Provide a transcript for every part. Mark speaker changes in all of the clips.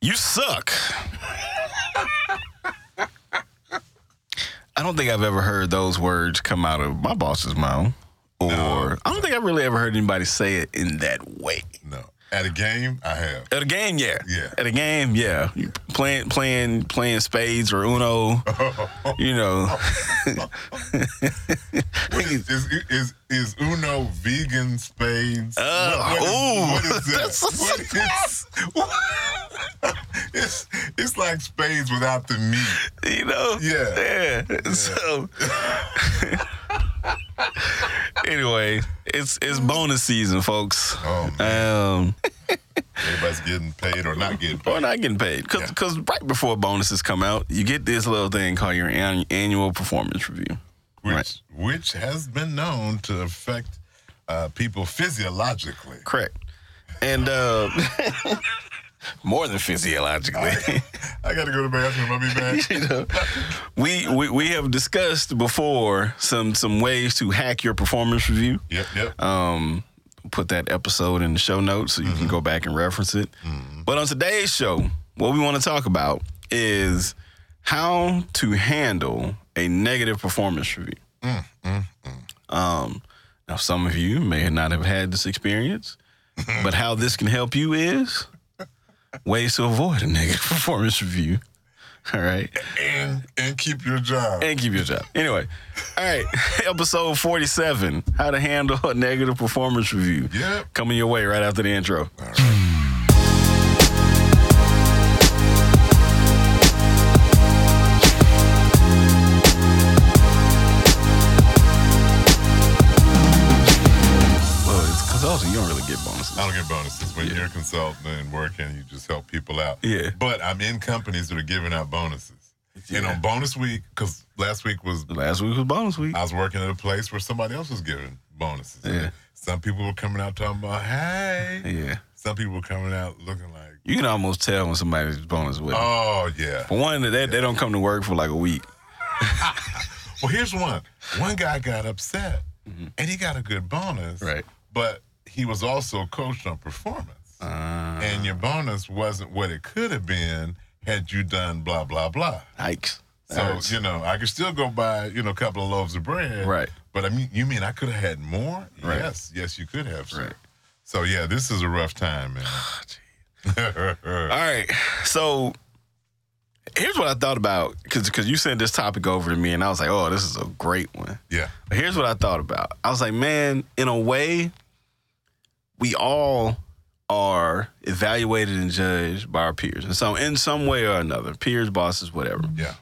Speaker 1: You suck. I don't think I've ever heard those words come out of my boss's mouth. Or I don't think I've really ever heard anybody say it in that way.
Speaker 2: No. At a game, I have.
Speaker 1: At a game, yeah.
Speaker 2: Yeah.
Speaker 1: At a game, yeah. You playing playing playing spades or Uno. you know.
Speaker 2: Is, is, is, is Uno vegan spades?
Speaker 1: Uh,
Speaker 2: what,
Speaker 1: ooh.
Speaker 2: what is,
Speaker 1: That's-
Speaker 2: what is that? What is, it's, it's like spades without the meat.
Speaker 1: you know?
Speaker 2: Yeah.
Speaker 1: Yeah. So anyway, it's it's bonus season, folks.
Speaker 2: Oh,
Speaker 1: Um
Speaker 2: Everybody's getting paid or not getting paid.
Speaker 1: or not getting paid. Cause,
Speaker 2: Yeah.
Speaker 1: 'cause right before bonuses come out, you get this little thing called your an- annual performance review.
Speaker 2: Which,
Speaker 1: Right.
Speaker 2: which has been known to affect uh, people physiologically.
Speaker 1: Correct. And uh more than physiologically.
Speaker 2: I got to go to the bathroom. I'll be back.
Speaker 1: you know, we, we we have discussed before some some ways to hack your performance review.
Speaker 2: yep, yep.
Speaker 1: Um, put that episode in the show notes so you can go back and reference it. But on today's show, what we want to talk about is how to handle a negative performance review. Um, now, some of you may not have had this experience, but how this can help you is ways to avoid a negative performance review. All right
Speaker 2: and, and keep your job.
Speaker 1: and keep your job. Anyway, all right, episode 47 How to Handle a Negative Performance Review.
Speaker 2: Yep.
Speaker 1: Coming your way right after the intro. Well, it's consulting, you don't really get bonuses.
Speaker 2: I don't get bonuses. When you're a consultant and working, you just help people out.
Speaker 1: Yeah.
Speaker 2: But I'm in companies that are giving out bonuses. And
Speaker 1: Yeah.
Speaker 2: on bonus week, because last week was,
Speaker 1: Last week was bonus week.
Speaker 2: I was working at a place where somebody else was giving bonuses.
Speaker 1: Yeah.
Speaker 2: Some people were coming out talking about, hey.
Speaker 1: Yeah.
Speaker 2: Some people were coming out looking like,
Speaker 1: You can almost tell when somebody's bonus with.
Speaker 2: oh, yeah.
Speaker 1: For one, they, they don't come to work for like a week.
Speaker 2: Well, here's one. One guy got upset and he got a good bonus.
Speaker 1: Mm-hmm. Right.
Speaker 2: But he was also coached on performance.
Speaker 1: Uh,
Speaker 2: and your bonus wasn't what it could have been had you done blah, blah, blah.
Speaker 1: yikes. That
Speaker 2: So
Speaker 1: hurts.
Speaker 2: you know, I could still go buy you know a couple of loaves of bread,
Speaker 1: Right.
Speaker 2: But I mean, you mean I could have had more?
Speaker 1: Right.
Speaker 2: Yes, yes, you could have. sir.
Speaker 1: Right.
Speaker 2: So yeah, this is a rough time, man.
Speaker 1: All right. So here's what I thought about because you sent this topic over to me, and I was like, oh, this is a great one.
Speaker 2: yeah,
Speaker 1: But here's what I thought about. I was like, man, in a way, we all are evaluated and judged by our peers, and so in some way or another, peers, bosses, whatever.
Speaker 2: yeah,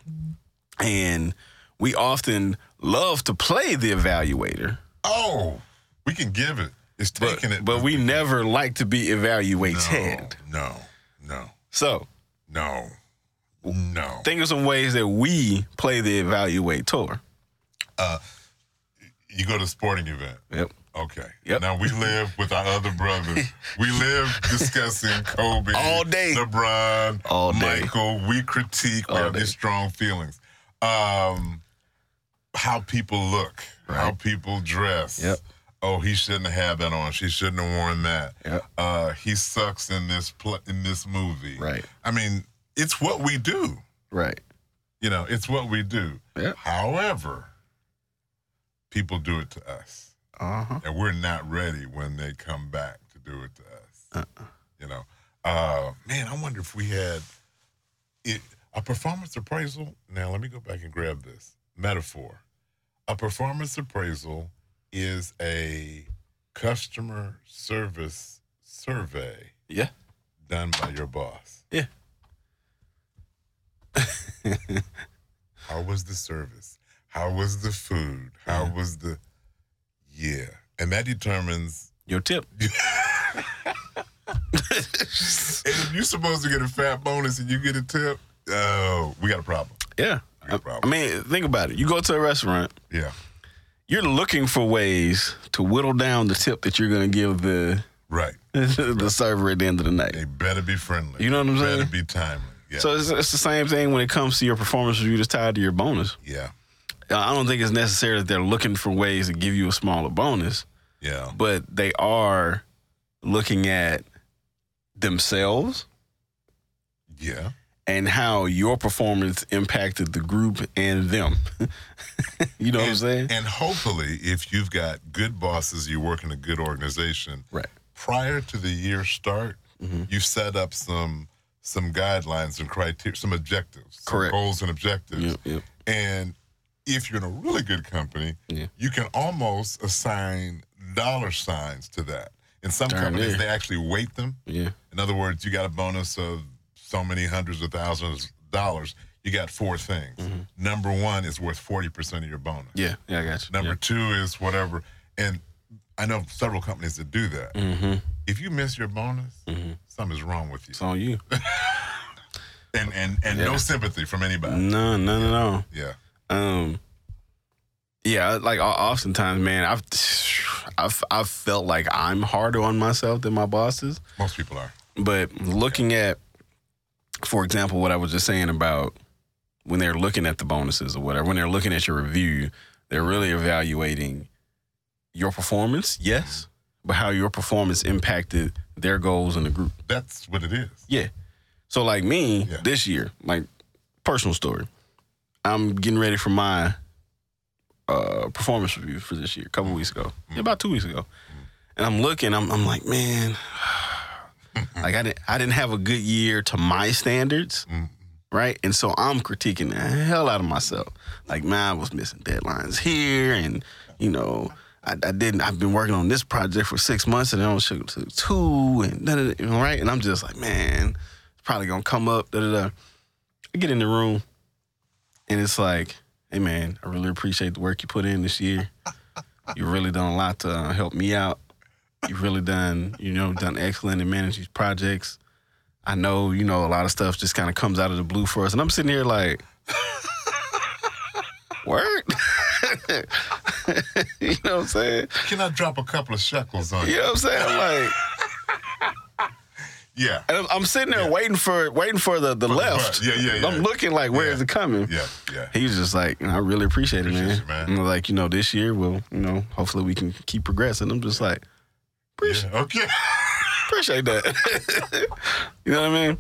Speaker 1: And we often love to play the evaluator,
Speaker 2: Oh, we can give it. It's
Speaker 1: but,
Speaker 2: taking it.
Speaker 1: but we never like to be
Speaker 2: no,
Speaker 1: evaluated.
Speaker 2: no, no,
Speaker 1: So
Speaker 2: no, no.
Speaker 1: think of some ways that we play the evaluator.
Speaker 2: You go to a sporting event.
Speaker 1: Yep.
Speaker 2: Okay.
Speaker 1: Yep.
Speaker 2: Now we live with our other brothers. we live discussing Kobe
Speaker 1: All day.
Speaker 2: LeBron,
Speaker 1: All day.
Speaker 2: Michael. We critique. we
Speaker 1: All
Speaker 2: have
Speaker 1: day.
Speaker 2: these strong feelings. Um, how people look, how
Speaker 1: Right.
Speaker 2: people dress.
Speaker 1: Yep.
Speaker 2: Oh, he shouldn't have had that on. She shouldn't have worn that.
Speaker 1: Yep.
Speaker 2: Uh, he sucks in this pl- in this movie.
Speaker 1: Right.
Speaker 2: I mean, it's what we do.
Speaker 1: Right.
Speaker 2: You know, it's what we do.
Speaker 1: Yep.
Speaker 2: However, people do it to us
Speaker 1: Uh huh.
Speaker 2: and we're not ready when they come back to do it to us.
Speaker 1: Uh-uh.
Speaker 2: You know, uh, man, I wonder if we had it, a performance appraisal. Now, let me go back and grab this metaphor. A performance appraisal is a customer service survey
Speaker 1: Yeah.
Speaker 2: done by your boss.
Speaker 1: Yeah.
Speaker 2: How was the service? How was the food? How
Speaker 1: Yeah.
Speaker 2: was the yeah? And that determines
Speaker 1: Your tip.
Speaker 2: And if you're supposed to get a fat bonus and you get a tip, oh, we got a problem.
Speaker 1: yeah. Uh, I-
Speaker 2: No
Speaker 1: I
Speaker 2: problem.
Speaker 1: mean, think about it. You go to a restaurant,
Speaker 2: Yeah,
Speaker 1: you're looking for ways to whittle down the tip that you're going to give the
Speaker 2: right.
Speaker 1: the server at the end of the night.
Speaker 2: They better be friendly.
Speaker 1: You know what I'm
Speaker 2: better
Speaker 1: saying?
Speaker 2: Better be timely. Yeah,
Speaker 1: So it's, it's the same thing when it comes to your performance review that's tied to your bonus.
Speaker 2: yeah,
Speaker 1: Uh, I don't think it's necessary that they're looking for ways to give you a smaller bonus,
Speaker 2: yeah,
Speaker 1: but they are looking at themselves
Speaker 2: Yeah.
Speaker 1: and how your performance impacted the group and them. you know what I'm saying?
Speaker 2: And hopefully, if you've got good bosses, you work in a good organization.
Speaker 1: Right.
Speaker 2: Prior to the year start,
Speaker 1: Mm-hmm.
Speaker 2: you set up some some guidelines and criteria, some objectives, some
Speaker 1: Correct.
Speaker 2: goals and objectives.
Speaker 1: Yep, yep.
Speaker 2: And if you're in a really good company,
Speaker 1: Yeah.
Speaker 2: you can almost assign dollar signs to that. In some
Speaker 1: Darn
Speaker 2: companies,
Speaker 1: near.
Speaker 2: they actually weight them.
Speaker 1: Yeah.
Speaker 2: In other words, you got a bonus of so many hundreds of thousands of dollars. You got four things.
Speaker 1: Mm-hmm.
Speaker 2: Number one is worth 40% of your bonus.
Speaker 1: Yeah. Yeah, I got you.
Speaker 2: Number two is whatever. And I know several companies that do that.
Speaker 1: yeah. mm-hmm. hmm
Speaker 2: If you miss your bonus, something's wrong with you.
Speaker 1: It's on you.
Speaker 2: And and, and no
Speaker 1: Yeah. Mm.
Speaker 2: sympathy from anybody.
Speaker 1: No, none at all.
Speaker 2: Yeah.
Speaker 1: Um, yeah, like o- oftentimes, man, I've, I've I've felt like I'm harder on myself than my bosses.
Speaker 2: Most people are.
Speaker 1: But looking at, for example, what I was just saying about when they're looking at the bonuses or whatever, when they're looking at your review, they're really evaluating your performance, yes, but how your performance impacted their goals in the group.
Speaker 2: That's what it is.
Speaker 1: Yeah. So like me
Speaker 2: Yeah.
Speaker 1: this year, like personal story, I'm getting ready for my uh performance review for this year. A couple weeks ago, Yeah, about two weeks ago, and I'm looking. I'm I'm like, man, like I didn't I didn't have a good year to my standards.
Speaker 2: Mm.
Speaker 1: Right. And so I'm critiquing the hell out of myself. Like, man, I was missing deadlines here. And, you know, I, I didn't, I've been working on this project for six months and it only took took two and da da da, right. And I'm just like, man, it's probably going to come up. Da, da, da. I get in the room and it's like, hey, man, I really appreciate the work you put in this year. You really done a lot to uh, help me out. You really done, you know, done excellent in managing these projects. I know, you know, a lot of stuff just kind of comes out of the blue for us. And I'm sitting here like, word? you know what I'm saying?
Speaker 2: Can I drop a couple of shekels on
Speaker 1: You
Speaker 2: you?
Speaker 1: know what I'm saying? I'm like,
Speaker 2: Yeah.
Speaker 1: and I'm, I'm sitting there waiting for waiting for the, the left.
Speaker 2: right. Yeah, yeah, yeah.
Speaker 1: I'm looking like, where is it coming?
Speaker 2: Yeah. Yeah.
Speaker 1: He was just like, I really appreciate it, man.
Speaker 2: Appreciate you, man.
Speaker 1: And like, you know, this year, we'll, you know, hopefully we can keep progressing. I'm just like,
Speaker 2: yeah. Okay.
Speaker 1: appreciate that. you know what I mean?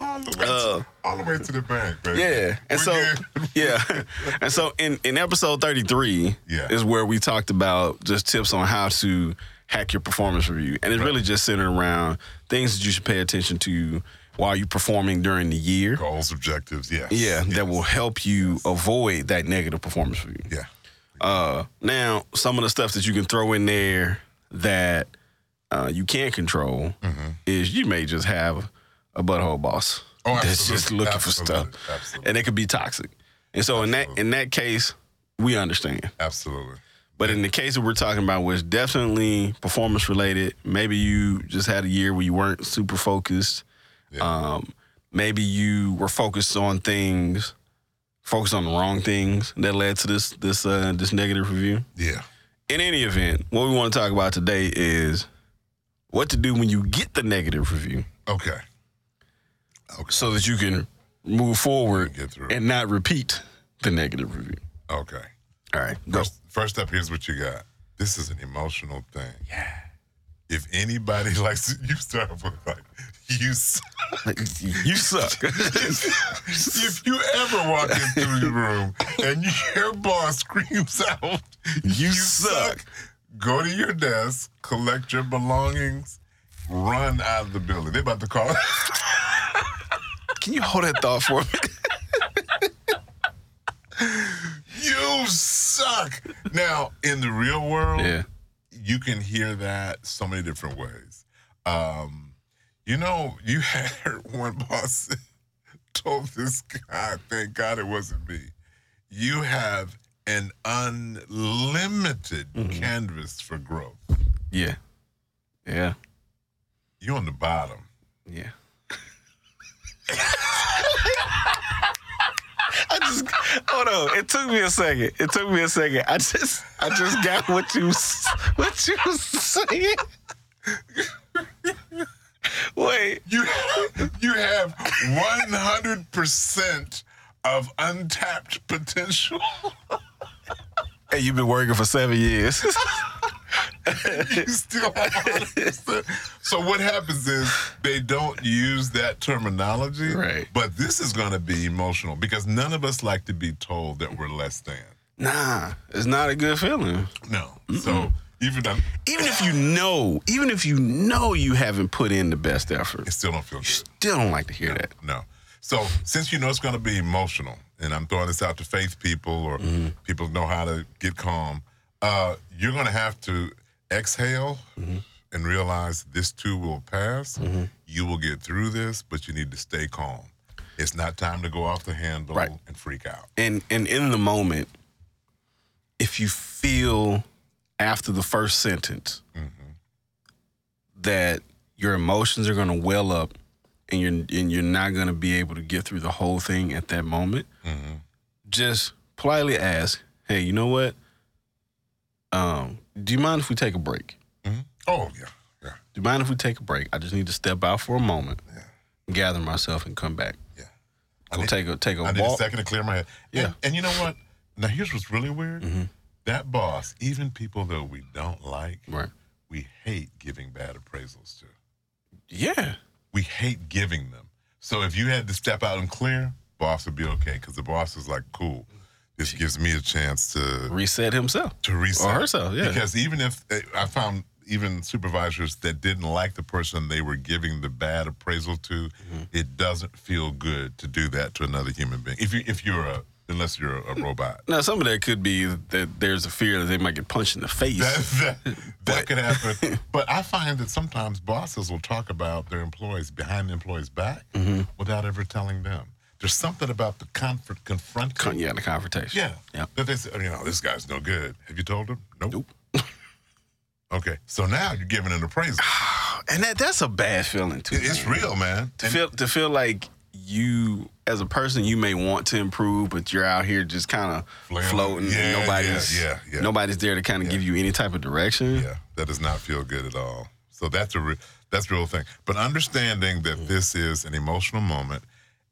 Speaker 2: all, the way
Speaker 1: Uh,
Speaker 2: to, all the way to the bank, baby.
Speaker 1: Yeah.
Speaker 2: We're
Speaker 1: And so
Speaker 2: good.
Speaker 1: yeah. And so in, in episode 33
Speaker 2: Yeah.
Speaker 1: is where we talked about just tips on how to hack your performance review. And it's really just centered around things that you should pay attention to while you're performing during the year.
Speaker 2: goals, objectives. Yes.
Speaker 1: Yeah, that will help you avoid that negative performance review.
Speaker 2: Yeah.
Speaker 1: Uh, now, some of the stuff that you can throw in there that uh, you can't control
Speaker 2: Mm-hmm.
Speaker 1: is you may just have a butthole boss
Speaker 2: Oh,
Speaker 1: that's just
Speaker 2: absolutely,
Speaker 1: looking for
Speaker 2: absolutely,
Speaker 1: stuff,
Speaker 2: absolutely.
Speaker 1: and it could be toxic. And so, in that in that case, we understand.
Speaker 2: Absolutely.
Speaker 1: But in the case that we're talking about, was definitely performance related. Maybe you just had a year where you weren't super focused.
Speaker 2: Yeah.
Speaker 1: Um, maybe you were focused on things, focused on the wrong things that led to this this uh, this negative review.
Speaker 2: Yeah.
Speaker 1: In any event, what we want to talk about today is what to do when you get the negative review,
Speaker 2: Okay. Okay.
Speaker 1: so that you can move forward
Speaker 2: Get through. it.
Speaker 1: and not repeat the negative review.
Speaker 2: okay.
Speaker 1: All right, go.
Speaker 2: First, first up, here's what you got. This is an emotional thing. Yeah. If anybody likes it, you start with like you. s-
Speaker 1: you suck.
Speaker 2: if you ever walk into the room and your boss screams out,
Speaker 1: You suck."
Speaker 2: Go to your desk, collect your belongings, run out of the building. They about to call.
Speaker 1: can you hold that thought for me?
Speaker 2: you suck. Now, in the real world, you can hear that so many different ways. Um, you know, you had one boss told this guy, thank God it wasn't me, you have an unlimited canvas for growth.
Speaker 1: yeah, yeah,
Speaker 2: You're on the bottom.
Speaker 1: yeah. I just hold on. It took me a second. It took me a second. I just I just got what you s- what you was saying. Wait.
Speaker 2: You you have 100% of untapped potential.
Speaker 1: Hey, you've been working for seven years.
Speaker 2: you still understand. So what happens is they don't use that terminology.
Speaker 1: Right.
Speaker 2: But this is going to be emotional because none of us like to be told that we're less than.
Speaker 1: Nah, it's not a good feeling.
Speaker 2: No. So even though
Speaker 1: Even if you know, even if you know you haven't put in the best effort,
Speaker 2: it still don't feel good.
Speaker 1: still don't like to hear that.
Speaker 2: No. So since you know it's going to be emotional, and I'm throwing this out to faith people or people who know how to get calm, uh, you're going to have to exhale and realize this too will pass. You will get through this, but you need to stay calm. It's not time to go off the handle
Speaker 1: Right.
Speaker 2: and freak out.
Speaker 1: And and in the moment, if you feel after the first sentence
Speaker 2: Mm-hmm.
Speaker 1: that your emotions are going to well up and you're and you're not going to be able to get through the whole thing at that moment,
Speaker 2: Mm-hmm.
Speaker 1: just politely ask, "Hey, you know what? Um, do you mind if we take a break?"
Speaker 2: Mhm. Oh yeah, yeah,
Speaker 1: Do you mind if we take a break? I just need to step out for a moment,
Speaker 2: Yeah.
Speaker 1: gather myself, and come back.
Speaker 2: yeah. I
Speaker 1: Go
Speaker 2: need-
Speaker 1: take a take a
Speaker 2: I need a
Speaker 1: walk.
Speaker 2: second to clear my head. And-
Speaker 1: Yeah. Mm-hmm.
Speaker 2: And, you know what? Now here's what's really weird. That boss, even people that we don't like,
Speaker 1: Right.
Speaker 2: we hate giving bad appraisals to.
Speaker 1: Yeah.
Speaker 2: We hate giving them. So if you had to step out and clear, boss would be okay because the boss is like, cool. This gives me a chance to
Speaker 1: Reset himself.
Speaker 2: to reset
Speaker 1: Or herself, yeah.
Speaker 2: Because even if eh, I found even supervisors that didn't like the person they were giving the bad appraisal to, it doesn't feel good to do that to another human being. If you if you're a unless you're a robot.
Speaker 1: Now, some of that could be that there's a fear that they might get punched in the face.
Speaker 2: that, that, that could happen. But I find that sometimes bosses will talk about their employees behind the employees' back without ever telling them. There's something about the comfort confronting.
Speaker 1: Con- yeah, in a confrontation.
Speaker 2: yeah.
Speaker 1: Yeah.
Speaker 2: That they say, "Oh, you know, this guy's no good. Have you told him? Nope.
Speaker 1: Nope.
Speaker 2: Okay. So now you're giving an appraisal.
Speaker 1: And that that's a bad feeling too.
Speaker 2: It- it's
Speaker 1: man.
Speaker 2: real, man.
Speaker 1: To feel to feel like you as a person you may want to improve, but you're out here just kind of
Speaker 2: Flailing.
Speaker 1: floating. and
Speaker 2: Yeah, yeah,
Speaker 1: nobody's
Speaker 2: yeah, yeah.
Speaker 1: nobody's there to kind of give you any type of direction.
Speaker 2: Yeah, that does not feel good at all. So that's a re- that's a real thing. But understanding
Speaker 1: Mm-hmm.
Speaker 2: that this is an emotional moment,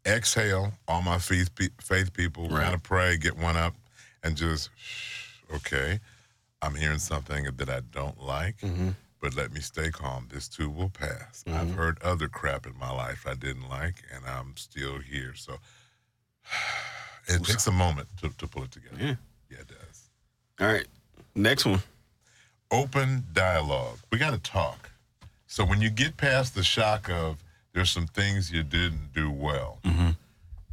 Speaker 2: exhale. All my faith pe- faith people
Speaker 1: Right.
Speaker 2: kind of pray, get one up, and just shh, okay. I'm hearing something that I don't like,
Speaker 1: Mm-hmm.
Speaker 2: but let me stay calm. This too will pass. I've heard other crap in my life I didn't like, and I'm still here. So it takes a moment to, to pull it together.
Speaker 1: Yeah.
Speaker 2: yeah, it does
Speaker 1: All right. Next one.
Speaker 2: open dialogue. We got to talk. So when you get past the shock of there's some things you didn't do well,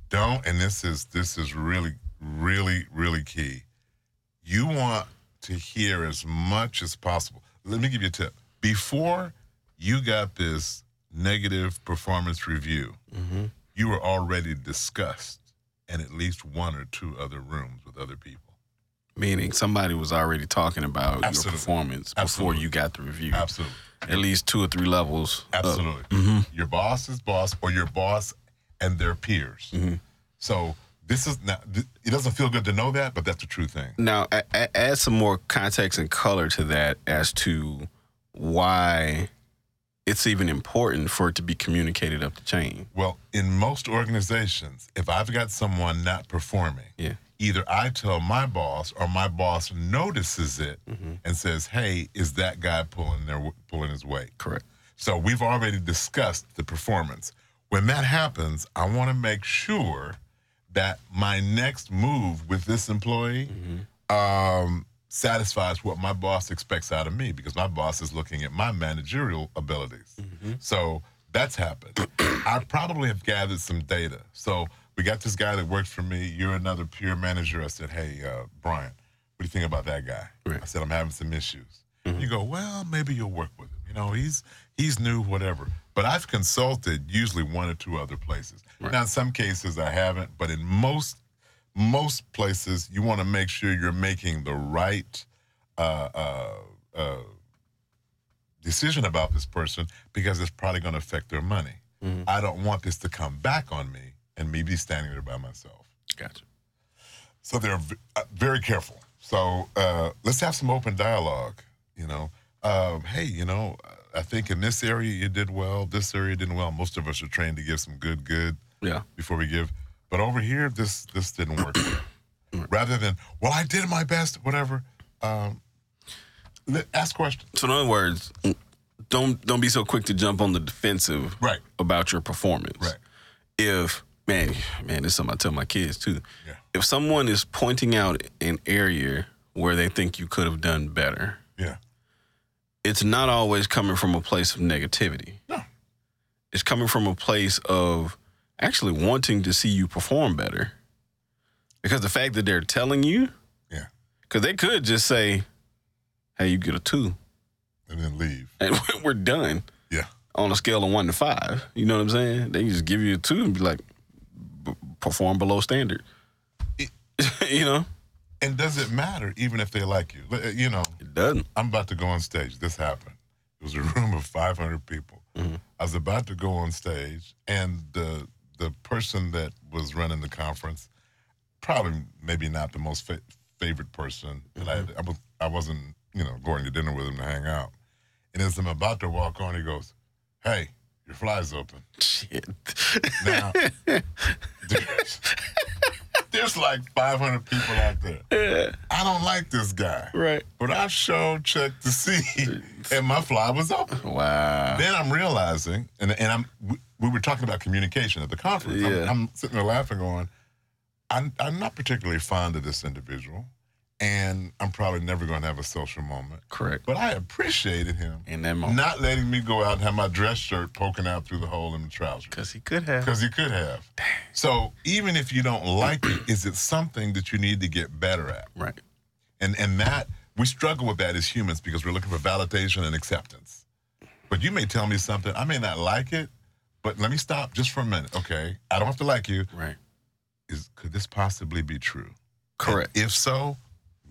Speaker 2: don't. And this is this is really really really key. You want to hear as much as possible. Let me give you a tip. Before you got this negative performance review, you were already discussed in at least one or two other rooms with other people.
Speaker 1: Meaning somebody was already talking about your
Speaker 2: Absolutely.
Speaker 1: performance
Speaker 2: Absolutely.
Speaker 1: before you got the review.
Speaker 2: Absolutely.
Speaker 1: At least two or three levels. up.
Speaker 2: Absolutely. Your boss's boss or your boss and their peers. So this is not, th- it doesn't feel good to know that, but that's a true thing.
Speaker 1: Now, a- a- add some more context and color to that as to why it's even important for it to be communicated up the chain.
Speaker 2: Well, in most organizations, if I've got someone not performing,
Speaker 1: Yeah.
Speaker 2: either I tell my boss or my boss notices it and says, "Hey, is that guy pulling their pulling his weight?"
Speaker 1: Correct.
Speaker 2: So we've already discussed the performance. When that happens, I want to make sure that my next move with this employee um, satisfies what my boss expects out of me because my boss is looking at my managerial abilities. So that's happened. I probably have gathered some data. So we got this guy that works for me. You're another peer manager. I said, hey, uh, Brian, what do you think about that guy?
Speaker 1: Right.
Speaker 2: I said, I'm having some issues. You go, well, maybe you'll work with him. You know, he's he's new, whatever. But I've consulted usually one or two other places. Now, in some cases, I haven't, but in most most places, you want to make sure you're making the right uh, uh, uh, decision about this person because it's probably going to affect their money. I don't want this to come back on me and me be standing there by myself.
Speaker 1: Gotcha.
Speaker 2: So they're v- uh, very careful. So uh, let's have some open dialogue. You know, um, hey, you know, I think in this area you did well. This area you didn't well. Most of us are trained to give some good, good
Speaker 1: Yeah.
Speaker 2: before we give. But over here, this this didn't work. well. Rather than, well, I did my best, whatever. Um, let- ask questions.
Speaker 1: So in other words, don't don't be so quick to jump on the defensive
Speaker 2: Right.
Speaker 1: about your performance.
Speaker 2: Right.
Speaker 1: If man, man, this is something I tell my kids too.
Speaker 2: Yeah.
Speaker 1: If someone is pointing out an area where they think you could have done better,
Speaker 2: Yeah.
Speaker 1: it's not always coming from a place of negativity.
Speaker 2: No.
Speaker 1: It's coming from a place of actually wanting to see you perform better. Because the fact that they're telling you,
Speaker 2: Yeah.
Speaker 1: because they could just say, "Hey, you get a two,
Speaker 2: And then leave.
Speaker 1: and we're done."
Speaker 2: Yeah.
Speaker 1: on a scale of one to five. You know what I'm saying? They just give you a two and be like, b- perform below standard.
Speaker 2: It-
Speaker 1: you know,
Speaker 2: And does it matter even if they like you? Li- uh, You know,
Speaker 1: it doesn't.
Speaker 2: I'm about to go on stage. This happened. It was a room of 500 people. I was about to go on stage, and the the person that was running the conference, probably maybe not the most fa- favorite person, and I, I, was, I wasn't, you know, going to dinner with him to hang out. And as I'm about to walk on, he goes, "Hey, your fly's open."
Speaker 1: Shit.
Speaker 2: Now, there's, there's like 500 people out there. I don't like this guy.
Speaker 1: right.
Speaker 2: But I sure checked to see, and my fly was open.
Speaker 1: Wow.
Speaker 2: Then I'm realizing, and and I'm we, we were talking about communication at the conference. I'm-
Speaker 1: Yeah.
Speaker 2: I'm, sitting there laughing, going, I'm, I'm not particularly fond of this individual, and I'm probably never going to have a social moment.
Speaker 1: Correct.
Speaker 2: But I appreciated him
Speaker 1: In that moment.
Speaker 2: not letting me go out and have my dress shirt poking out through the hole in the trousers
Speaker 1: Because he could have.
Speaker 2: because he could have. So even if you don't like it, is it something that you need to get better at?
Speaker 1: Right.
Speaker 2: and and that we struggle with that as humans because we're looking for validation and acceptance. But you may tell me something I may not like it, but let me stop just for a minute, okay? I don't have to like you.
Speaker 1: Right.
Speaker 2: Is could this possibly be true?
Speaker 1: Correct.
Speaker 2: And if so,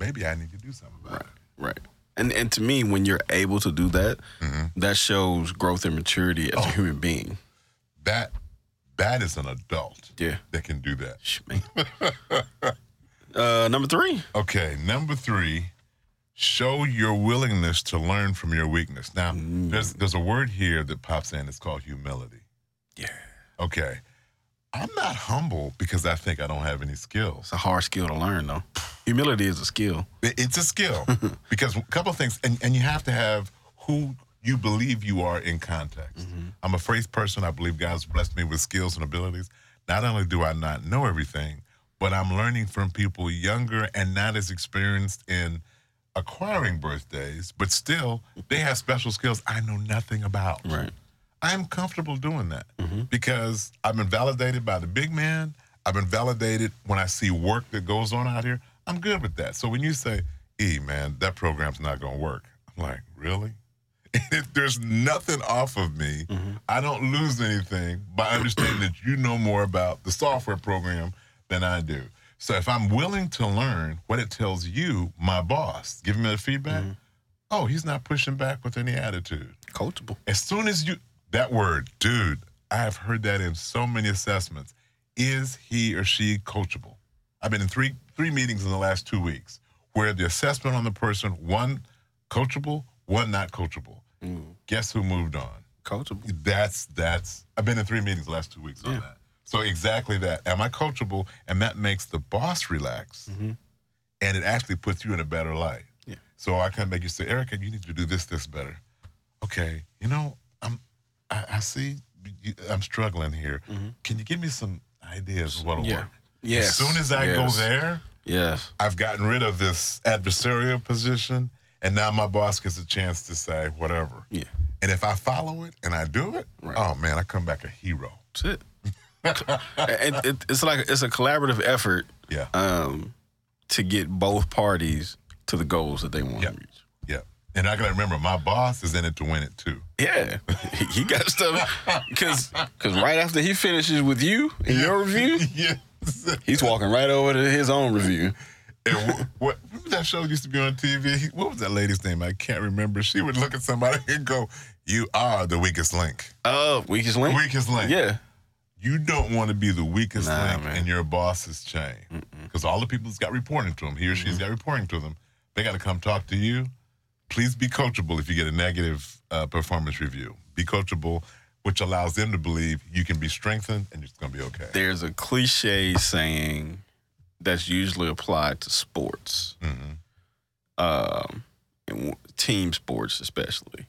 Speaker 2: maybe I need to do something about
Speaker 1: Right. Right. And and to me, when you're able to do that,
Speaker 2: it. Mhm.
Speaker 1: that shows growth and maturity
Speaker 2: Oh.
Speaker 1: as a human being.
Speaker 2: That that is an adult
Speaker 1: Yeah.
Speaker 2: that can do that.
Speaker 1: Sh- Man. uh, number three.
Speaker 2: Okay, number three, show your willingness to learn from your weakness. Now, there's there's a word here that pops in. It's called humility.
Speaker 1: Yeah.
Speaker 2: Okay. I'm not humble because I think I don't have any skills.
Speaker 1: It's a hard skill to learn, though. Humility is a skill.
Speaker 2: It- It's a skill because a couple of things, and, and you have to have who you believe you are in context.
Speaker 1: Mm-hmm.
Speaker 2: I'm a faith person. I believe God's blessed me with skills and abilities. Not only do I not know everything, but I'm learning from people younger and not as experienced in acquiring birthdays, but still, they have special skills I know nothing about.
Speaker 1: Right.
Speaker 2: I'm comfortable doing that because I've been validated by the big man. I've been validated when I see work that goes on out here. I'm good with that. So when you say, E, man, that program's not going to work, I'm like, really? if there's nothing off of me, I don't lose anything by understanding that you know more about the software program than I do. So if I'm willing to learn what it tells you, my boss, giving me the feedback, oh, he's not pushing back with any attitude.
Speaker 1: Coachable.
Speaker 2: As soon as you that word, dude, I have heard that in so many assessments. Is he or she coachable? I've been in three three meetings in the last two weeks where the assessment on the person, one coachable, one not coachable. Guess who moved on?
Speaker 1: Coachable.
Speaker 2: That's that's I've been in three meetings the last two weeks on that. So exactly that. Am I coachable? And that makes the boss relax and it actually puts you in a better light.
Speaker 1: Yeah.
Speaker 2: So I come back, you say, Erica, you need to do this, this better. Okay, you know, I'm, I, I see, you, I'm struggling here. Can you give me some ideas of what'll
Speaker 1: Mm-hmm. Yeah.
Speaker 2: work?
Speaker 1: Yes.
Speaker 2: As soon as I
Speaker 1: Yes.
Speaker 2: go there,
Speaker 1: Yes.
Speaker 2: I've gotten rid of this adversarial position, and now my boss gets a chance to say whatever.
Speaker 1: Yeah.
Speaker 2: And if I follow it and I do it,
Speaker 1: Right.
Speaker 2: oh man, I come back a hero.
Speaker 1: That's it. it, it- It's like it's a collaborative effort
Speaker 2: Yeah,
Speaker 1: um, to get both parties to the goals that they want
Speaker 2: Yeah.
Speaker 1: to reach.
Speaker 2: yeah. And I gotta remember, my boss is in it to win it too.
Speaker 1: Yeah, he, he got stuff because because right after he finishes with you in your review,
Speaker 2: yes.
Speaker 1: he's walking right over to his own review.
Speaker 2: And wh- what, remember that show used to be on TV? What was that lady's name? I can't remember. She would look at somebody and go, "You are the weakest link.
Speaker 1: Oh, weakest link.
Speaker 2: Weakest link.
Speaker 1: Yeah,
Speaker 2: You don't want to be the weakest
Speaker 1: Nah,
Speaker 2: link
Speaker 1: man.
Speaker 2: in your boss's chain, because all the people that's got reporting to them, he or
Speaker 1: Mm-hmm.
Speaker 2: she's got reporting to them, they got to come talk to you. Please be coachable if you get a negative uh, performance review. Be coachable, which allows them to believe you can be strengthened and it's going to be okay.
Speaker 1: there's a cliche saying
Speaker 2: Mm-hmm.
Speaker 1: that's usually applied to sports.
Speaker 2: Mhm.
Speaker 1: Um, w- team sports especially,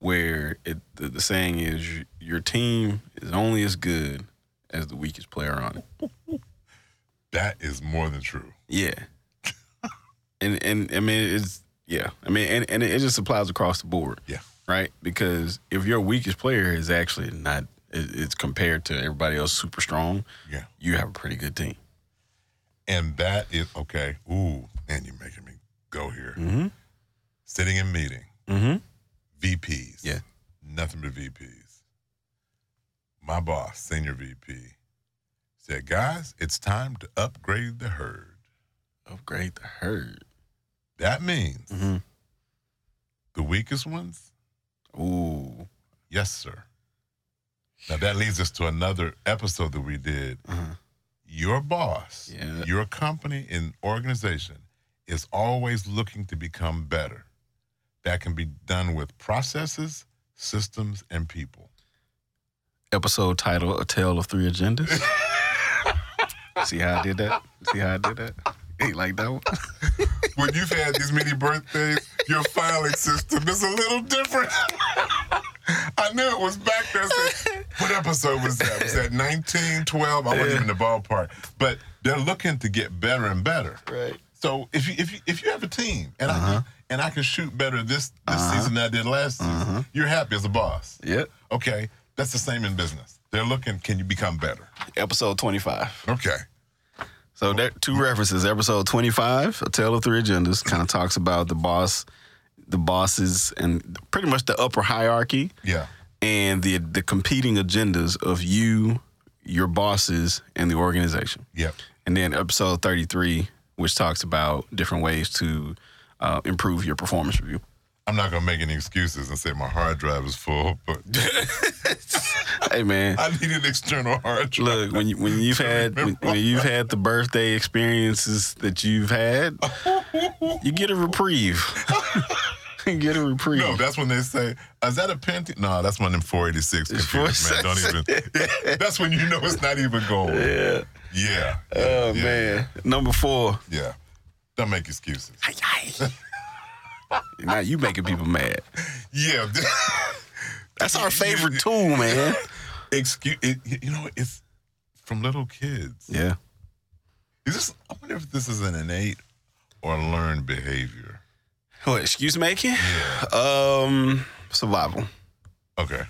Speaker 1: where it the, the saying is y- your team is only as good as the weakest player on it.
Speaker 2: That is more than true.
Speaker 1: Yeah. and and I mean it's yeah. I mean and, and it just applies across the board.
Speaker 2: Yeah.
Speaker 1: Right? Because if your weakest player is actually not it- it's compared to everybody else super strong,
Speaker 2: Yeah.
Speaker 1: you have a pretty good team.
Speaker 2: And that is okay. Ooh, and you're making me go here.
Speaker 1: Mm-hmm.
Speaker 2: Sitting in meeting,
Speaker 1: Mm-hmm.
Speaker 2: VPs.
Speaker 1: Yeah.
Speaker 2: Nothing but VPs. My boss, senior VP, said, guys, it's time to upgrade the herd.
Speaker 1: Upgrade the herd.
Speaker 2: That means
Speaker 1: Mm-hmm.
Speaker 2: the weakest ones,
Speaker 1: Ooh.
Speaker 2: yes, sir. Now that leads us to another episode that we did.
Speaker 1: Uh-huh.
Speaker 2: Your boss,
Speaker 1: Yeah.
Speaker 2: your company and organization is always looking to become better. That can be done with processes, systems, and people.
Speaker 1: Episode title A Tale of Three Agendas. See how I did that? See how I did that? Ain't like that one.
Speaker 2: when you've had these many birthdays, your filing system is a little different. I knew it was back there. I said, What episode was that? Was that 19, 12? I wasn't even in the ballpark. But they're looking to get better and better.
Speaker 1: Right.
Speaker 2: So if you if you if you have a team and
Speaker 1: Uh-huh.
Speaker 2: I and I can shoot better this this season than I did last season, you're happy as a boss.
Speaker 1: Yep.
Speaker 2: Okay, that's the same in business. They're looking, can you become better?
Speaker 1: Episode 25.
Speaker 2: Okay.
Speaker 1: So there two references. Episode twenty five, A Tale of Three Agendas, kind of talks about the boss, the bosses, and pretty much the upper hierarchy
Speaker 2: Yeah.
Speaker 1: and the the competing agendas of you, your bosses, and the organization.
Speaker 2: Yep.
Speaker 1: And then episode thirty three, which talks about different ways to uh, improve your performance review.
Speaker 2: I'm not gonna make any excuses and say my hard drive is full, but
Speaker 1: Hey man.
Speaker 2: I need an external hard drive.
Speaker 1: Look, when you, when you've had when, when you've had the birthday experiences that you've had, you get a reprieve. you get a reprieve.
Speaker 2: No, that's when they say, "Is that a Pentium?" No, that's one of them 486
Speaker 1: It's
Speaker 2: computers, man. Don't even. that's when you know it's not even going. Yeah.
Speaker 1: Yeah.
Speaker 2: Yeah.
Speaker 1: Oh
Speaker 2: yeah,
Speaker 1: man. Number four.
Speaker 2: Yeah. Don't make excuses.
Speaker 1: now you making people mad.
Speaker 2: Yeah.
Speaker 1: That's our favorite tool, man.
Speaker 2: Excuse. It, you know, it's from little kids.
Speaker 1: Yeah.
Speaker 2: Is this? I wonder if this is an innate or learned behavior.
Speaker 1: What excuse making? Um, survival.
Speaker 2: Okay.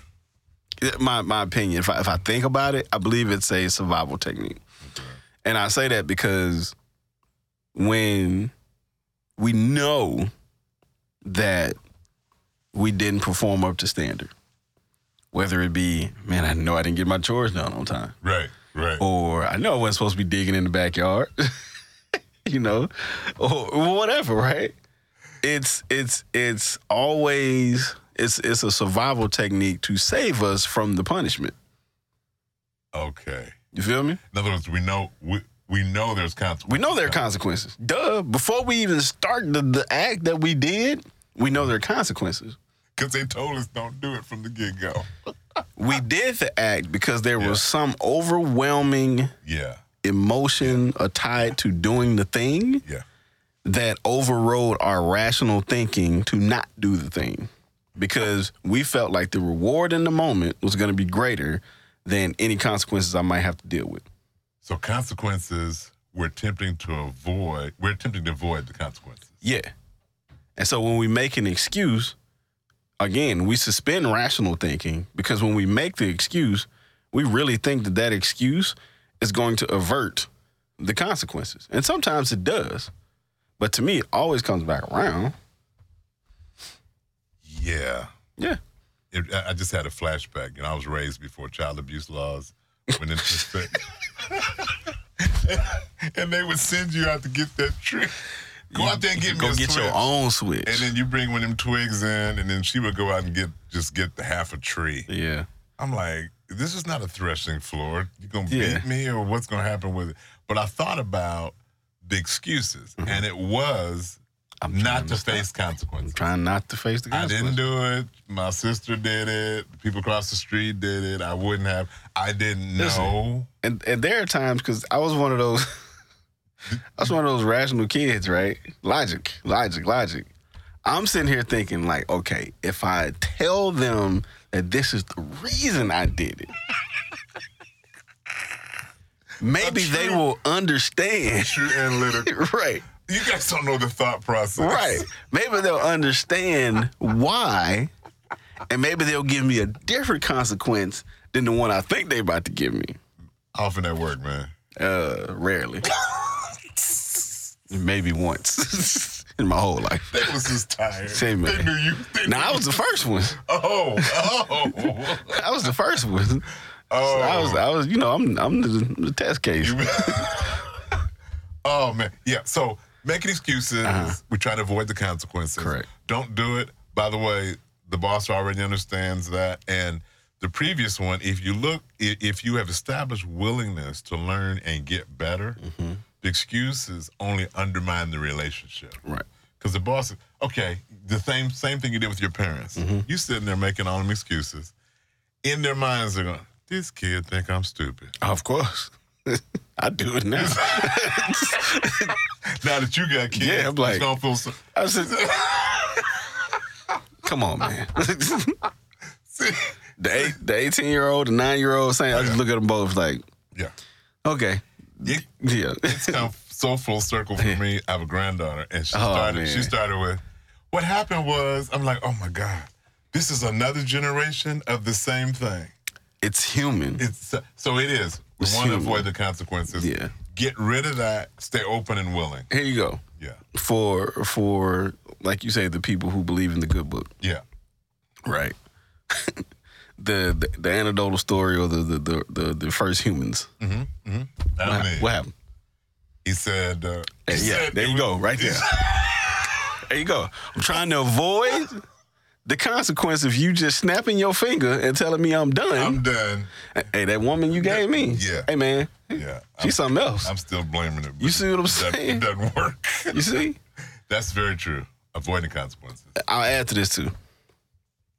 Speaker 1: My my opinion. If I, if I think about it, I believe it's a survival technique, and I say that because when we know that we didn't perform up to standard, whether it be man, I know I didn't get my chores done on time.
Speaker 2: Right. Right.
Speaker 1: or I know I wasn't supposed to be digging in the backyard, you know, or whatever, right? It's it's it's always it's it's a survival technique to save us from the punishment.
Speaker 2: Okay.
Speaker 1: You feel me?
Speaker 2: In other words, we know we, we know there's consequences.
Speaker 1: We know there are consequences. Duh. Before we even start the, the act that we did, we know there are consequences.
Speaker 2: because they told us don't do it from the get go.
Speaker 1: We did the act because there
Speaker 2: Yeah.
Speaker 1: was some overwhelming
Speaker 2: Yeah.
Speaker 1: emotion uh, tied to doing the thing.
Speaker 2: Yeah.
Speaker 1: that overrode our rational thinking to not do the thing because we felt like the reward in the moment was going to be greater than any consequences I might have to deal with.
Speaker 2: So consequences we're attempting to avoid. We're attempting to avoid the consequences.
Speaker 1: Yeah. And so when we make an excuse, again, we suspend rational thinking because when we make the excuse, we really think that that excuse is going to avert the consequences. And sometimes it does. But to me, it always comes back around.
Speaker 2: Yeah.
Speaker 1: Yeah.
Speaker 2: It, I I just had a flashback. You know, I was raised before child abuse laws went into effect. and they would send you out to get that tree. Go out there and get me
Speaker 1: Go
Speaker 2: a
Speaker 1: get your
Speaker 2: switch.
Speaker 1: own switch.
Speaker 2: And then you bring one of them twigs in, and then she would go out and get just get half a tree.
Speaker 1: yeah.
Speaker 2: I'm like, this is not a threshing floor. You're gonna
Speaker 1: Yeah.
Speaker 2: beat me, or what's gonna happen with it? But I thought about the excuses, and it was
Speaker 1: Mm-hmm. I'm
Speaker 2: not
Speaker 1: trying
Speaker 2: to
Speaker 1: stop.
Speaker 2: face
Speaker 1: I'm
Speaker 2: consequences.
Speaker 1: trying not to face the
Speaker 2: I
Speaker 1: consequences.
Speaker 2: didn't do it. My sister did it. People across the street did it. I wouldn't have. I didn't
Speaker 1: Listen.
Speaker 2: know.
Speaker 1: and and there are times because I was one of those. I was one of those rational kids, right? Logic, logic, logic. I'm sitting here thinking, like, okay, if I tell them that this is the reason I did it, maybe they
Speaker 2: true-
Speaker 1: will understand.
Speaker 2: True analytic.
Speaker 1: right,
Speaker 2: You guys don't know the thought process.
Speaker 1: right. Maybe they'll understand why, and maybe they'll give me a different consequence than the one I think they about to give me.
Speaker 2: How often that work, man?
Speaker 1: Uh, rarely. Maybe once in my whole life.
Speaker 2: They was just tired.
Speaker 1: Say,
Speaker 2: They
Speaker 1: man.
Speaker 2: knew you. They
Speaker 1: Now I was the first one.
Speaker 2: Oh, oh,
Speaker 1: I was the first one.
Speaker 2: oh.
Speaker 1: I was, I was, you know, I'm, I'm the, the test case.
Speaker 2: oh man, yeah. So making excuses, we try to avoid the consequences.
Speaker 1: Uh-huh. Correct.
Speaker 2: Don't do it. By the way, the boss already understands that, and the previous one. If you look, i- if you have established willingness to learn and get better,
Speaker 1: Mm-hmm.
Speaker 2: the excuses only undermine the relationship.
Speaker 1: Right.
Speaker 2: Because the boss, okay, the same same thing you did with your parents.
Speaker 1: Mm-hmm.
Speaker 2: You sitting there making all them excuses. In their minds, they're going, "This kid think I'm stupid."
Speaker 1: Of course. I do it now.
Speaker 2: Now that you got kids,
Speaker 1: Yeah, I'm like-
Speaker 2: it's gonna feel so,
Speaker 1: I said, come on, man. the eight, the 18 year old, the nine year old saying, I just look at them both like,
Speaker 2: yeah.
Speaker 1: okay.
Speaker 2: It-
Speaker 1: Yeah.
Speaker 2: it's come so full circle for me. I have a granddaughter, and she
Speaker 1: Oh,
Speaker 2: started.
Speaker 1: man.
Speaker 2: She started with, "What happened was," I'm like, "Oh my god, this is another generation of the same thing."
Speaker 1: It's human.
Speaker 2: It's so it is. We
Speaker 1: It's
Speaker 2: want to
Speaker 1: human.
Speaker 2: avoid the consequences.
Speaker 1: Yeah.
Speaker 2: Get rid of that. Stay open and willing.
Speaker 1: Here you go.
Speaker 2: Yeah.
Speaker 1: For, for, like you say, the people who believe in the good book.
Speaker 2: Yeah.
Speaker 1: Right. the, the the anecdotal story or the the the, the, the first humans.
Speaker 2: Mm-hmm. That
Speaker 1: What,
Speaker 2: Oh, man.
Speaker 1: hap- what happened?
Speaker 2: He said. Uh, he
Speaker 1: Hey, yeah,
Speaker 2: said
Speaker 1: there
Speaker 2: it
Speaker 1: you
Speaker 2: was-
Speaker 1: go, right there. there you go. I'm trying to avoid the consequence of you just snapping your finger and telling me I'm
Speaker 2: I'm
Speaker 1: done.
Speaker 2: done.
Speaker 1: hey, that woman you gave me.
Speaker 2: Yeah.
Speaker 1: Hey man,
Speaker 2: Yeah. I'm,
Speaker 1: she's something else.
Speaker 2: I'm still blaming it. but
Speaker 1: You see what I'm
Speaker 2: it doesn't-
Speaker 1: saying?
Speaker 2: It doesn't work.
Speaker 1: you see?
Speaker 2: That's very true. Avoiding consequences.
Speaker 1: I'll add to this too.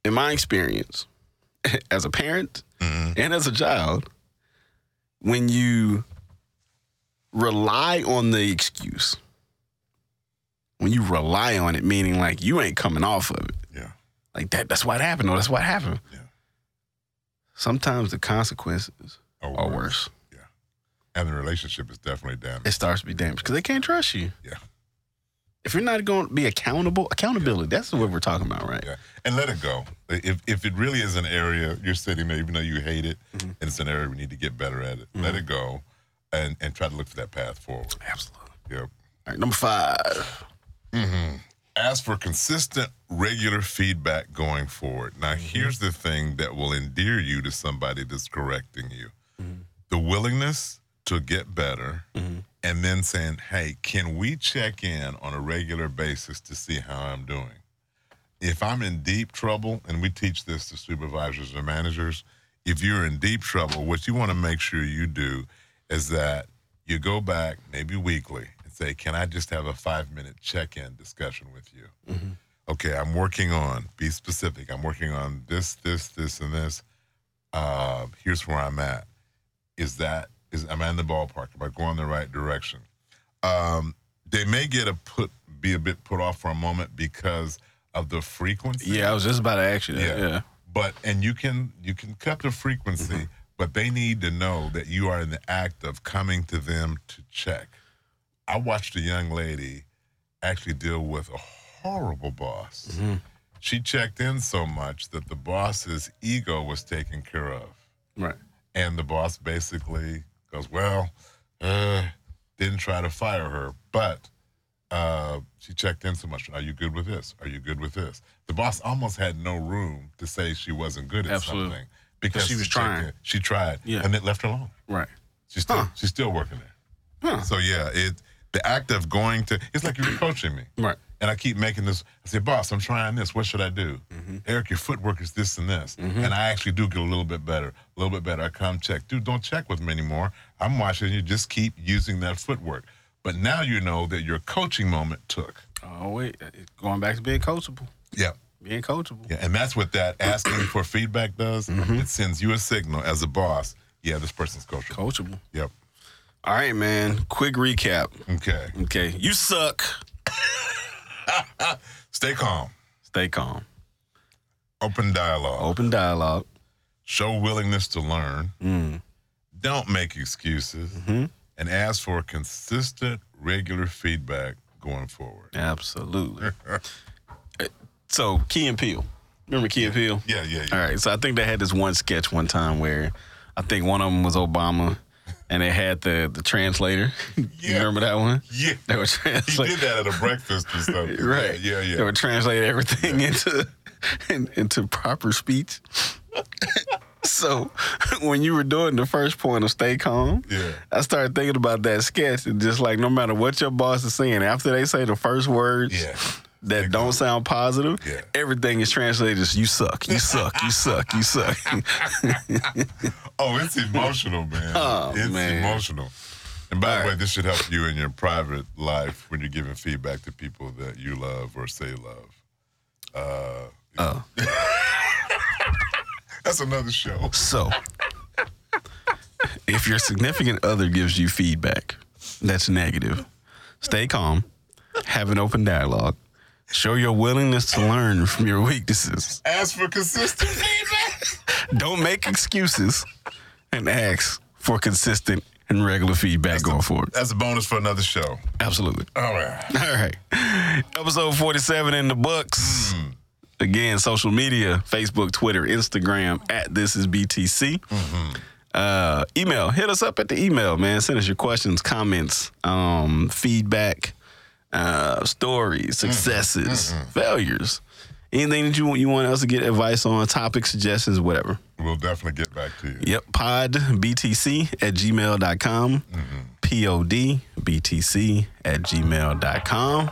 Speaker 1: In my experience, as a parent
Speaker 2: Mm-hmm.
Speaker 1: and as a child, when you rely on the excuse, when you rely on it, meaning like you ain't coming off of it,
Speaker 2: Yeah.
Speaker 1: like that, that's what happened, or that's what happened.
Speaker 2: Yeah.
Speaker 1: Sometimes the consequences
Speaker 2: Or
Speaker 1: are
Speaker 2: worse.
Speaker 1: worse.
Speaker 2: and the relationship is definitely
Speaker 1: It
Speaker 2: damaged.
Speaker 1: starts to be damaged because they can't trust you.
Speaker 2: Yeah.
Speaker 1: If you're not going to be accountable, accountability, that's what we're talking about, right?
Speaker 2: Yeah, and let it go. If if it really is an area you're sitting there, even though you hate it, and it's an area we need to get better at it, let it go, and and try to look for that path forward.
Speaker 1: Absolutely.
Speaker 2: Yep.
Speaker 1: All right, number five.
Speaker 2: Ask for consistent, regular feedback going forward. Now, here's the thing that will endear you to somebody that's correcting you: the willingness to get better, and then saying, "Hey, can we check in on a regular basis to see how I'm doing?" if I'm in deep trouble, and we teach this to supervisors and managers, if you're in deep trouble, what you want to make sure you do is that you go back maybe weekly and say, Can I just have a five minute check in discussion with you? Okay, I'm working on, be specific, I'm working on this, this, this, and this. Uh, here's where I'm at. Is that, is, am I in the ballpark? Am I going the right direction? um, they may get a put be a bit put off for a moment because of the frequency.
Speaker 1: Yeah, I was just about to ask you that.
Speaker 2: Yeah.
Speaker 1: yeah.
Speaker 2: But and you can you can cut the frequency, but they need to know that you are in the act of coming to them to check. I watched a young lady actually deal with a horrible boss.
Speaker 1: Mm-hmm.
Speaker 2: She checked in so much that the boss's ego was taken care of.
Speaker 1: Right.
Speaker 2: And the boss basically goes, Well, uh, didn't try to fire her, but uh, she checked in so much. Are you good with this? Are you good with this? The boss almost had no room to say she wasn't good at
Speaker 1: Absolutely.
Speaker 2: something because
Speaker 1: She was
Speaker 2: checked
Speaker 1: trying.
Speaker 2: in. She tried,
Speaker 1: Yeah.
Speaker 2: and it left her alone.
Speaker 1: Right.
Speaker 2: She's still,
Speaker 1: Huh.
Speaker 2: she's still working there.
Speaker 1: Huh.
Speaker 2: So, yeah, it the act of going to, it's like you're coaching me.
Speaker 1: Right.
Speaker 2: And I keep making this. I say, boss, I'm trying this. What should I do? Eric, your footwork is this and this.
Speaker 1: Mm-hmm.
Speaker 2: And I actually do get a little bit better, a little bit better. I come check. Dude, don't check with me anymore. I'm watching you. Just keep using that footwork. But now you know that your coaching moment took.
Speaker 1: Oh wait, it's going back to being coachable.
Speaker 2: Yeah.
Speaker 1: Being coachable.
Speaker 2: Yeah. And that's what that asking for feedback does.
Speaker 1: Mm-hmm.
Speaker 2: It sends you a signal as a boss. Yeah, this person's coaching.
Speaker 1: Coachable.
Speaker 2: Yep.
Speaker 1: All right, man. Quick recap.
Speaker 2: Okay.
Speaker 1: Okay, you suck.
Speaker 2: Stay calm.
Speaker 1: Stay calm.
Speaker 2: Open dialogue.
Speaker 1: Open dialogue.
Speaker 2: Show willingness to learn.
Speaker 1: Mm.
Speaker 2: Don't make excuses.
Speaker 1: Mhm.
Speaker 2: And ask for consistent, regular feedback going forward.
Speaker 1: Absolutely. so Key and Peele. Remember Key and Peele?
Speaker 2: Yeah, yeah,
Speaker 1: All
Speaker 2: yeah.
Speaker 1: right. So I think they had this one sketch one time where I think one of them was Obama, and they had the the translator. you
Speaker 2: Yeah.
Speaker 1: remember that one?
Speaker 2: Yeah.
Speaker 1: They were
Speaker 2: He
Speaker 1: translating.
Speaker 2: did that at a breakfast or something.
Speaker 1: Right.
Speaker 2: Yeah, yeah.
Speaker 1: They would translate everything into in, into proper speech. so when you were doing the first point of stay calm,
Speaker 2: Yeah.
Speaker 1: I started thinking about that sketch and just like no matter what your boss is saying, after they say the first words
Speaker 2: Yeah.
Speaker 1: that don't sound positive,
Speaker 2: Yeah.
Speaker 1: everything is translated as you suck, you suck, you suck, you suck.
Speaker 2: Oh, it's emotional, man.
Speaker 1: Oh,
Speaker 2: it's
Speaker 1: man.
Speaker 2: emotional. And by
Speaker 1: All
Speaker 2: the way,
Speaker 1: right.
Speaker 2: this should help you in your private life when you're giving feedback to people that you love or say love. Uh,
Speaker 1: Oh.
Speaker 2: Oh. that's another show.
Speaker 1: So, if your significant other gives you feedback that's negative, stay calm, have an open dialogue, show your willingness to learn from your weaknesses,
Speaker 2: Ask for consistent feedback.
Speaker 1: don't make excuses, and ask for consistent and regular feedback going forward.
Speaker 2: That's a bonus for another show.
Speaker 1: Absolutely.
Speaker 2: All right.
Speaker 1: All right. Episode 47 in the books. Again, social media Facebook, Twitter, Instagram at this is BTC. Uh, email, hit us up at the email, man. Send us your questions, comments, um, feedback, uh, stories, successes, failures. Anything that you want, you want us to get advice on, topic suggestions, whatever.
Speaker 2: We'll definitely get back to you.
Speaker 1: Yep, podbtc at gmail.com. Podbtc at gmail.com.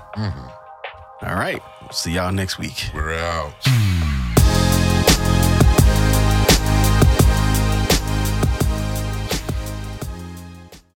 Speaker 1: All right. See y'all next week.
Speaker 2: We're out.